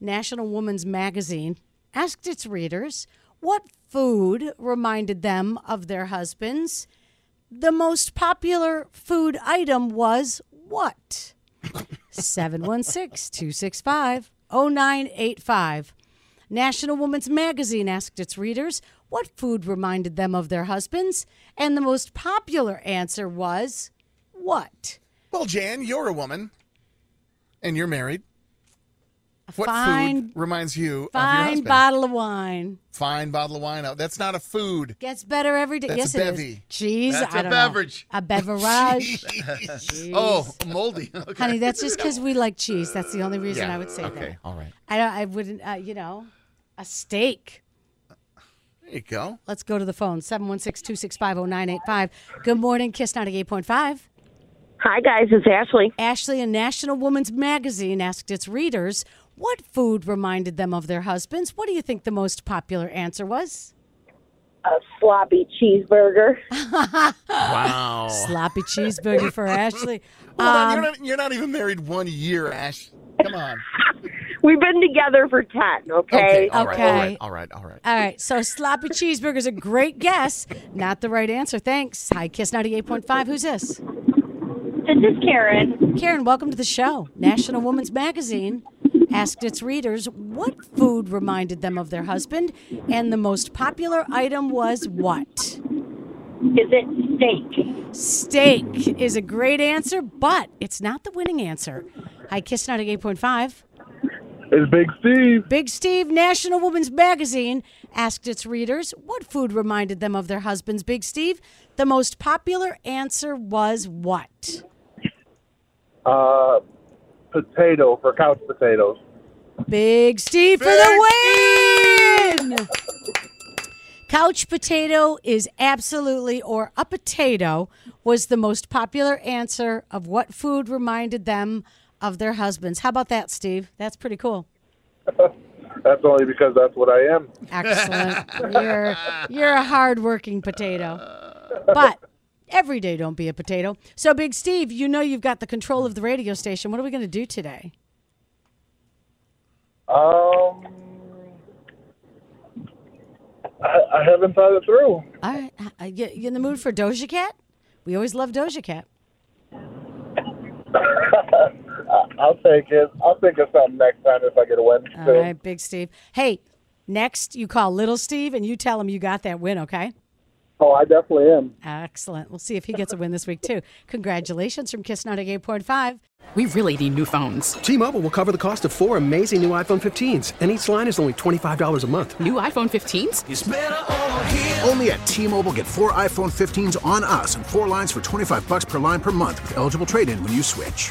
National Woman's Magazine asked its readers what food reminded them of their husbands. The most popular food item was what? 716 265 0985. National Woman's Magazine asked its readers what food reminded them of their husbands, and the most popular answer was what? Well, Jan, you're a woman, and you're married. What fine, food reminds you of your fine husband? bottle of wine. fine bottle of wine. Oh, That's not a food. Gets better every day. yes, That's a it is. bevy. Cheese. That's I a don't beverage. Know. A beverage. Jeez. Oh, moldy. Okay. honey, that's just because we like cheese. That's the only reason Yeah, I would say okay. that. All right. I don't. I wouldn't. Uh, you know, a steak. There you go. Let's go to the phone. 716-265-0985. Good morning, Kiss 98.5. Hi, guys. It's Ashley. Ashley and National Woman's Magazine asked its readers what food reminded them of their husbands. What do you think the most popular answer was? A sloppy cheeseburger. Wow. Sloppy cheeseburger for Ashley. Uh, Hold on, you're, not, you're not even married one year, Ash. Come on. We've been together for 10, okay? All right. All right. Okay. All right. All right. All right, so sloppy cheeseburger's a great guess. Not the right answer. Thanks. Hi, Kiss 98.5. Who's this? This is Karen. Karen, welcome to the show. National Woman's Magazine asked its readers what food reminded them of their husband, and the most popular item was what? Is it steak? Steak is a great answer, but it's not the winning answer. Hi, Kiss 98.5. It's Big Steve. Big Steve, National Woman's Magazine, asked its readers what food reminded them of their husbands. Big Steve, the most popular answer was what? Uh, potato for couch potatoes. Big Steve for the win! Couch potato is absolutely, or a potato was the most popular answer of what food reminded them of their husbands. How about that, Steve? That's pretty cool. That's only because that's what I am. Excellent. you're you're a hardworking potato. But every day don't be a potato. So Big Steve, you know you've got the control of the radio station. What are we going to do today? Um, I, I haven't thought it through. All right. Uh, You, you in the mood for Doja Cat? We always love Doja Cat. I, I'll take it. I'll think of something next time if I get a win. All So, right, Big Steve. Hey, next you call Little Steve and you tell him you got that win, okay? Oh, I definitely am. Excellent. We'll see if he gets a win this week too. Congratulations from Kiss 98.5. We really need new phones. T-Mobile will cover the cost of four amazing new iPhone 15s, and each line is only $25 a month. New iPhone 15s? It's better over here. Only at T-Mobile, get four iPhone 15s on us and four lines for 25 bucks per line per month with eligible trade-in when you switch.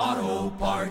Uh,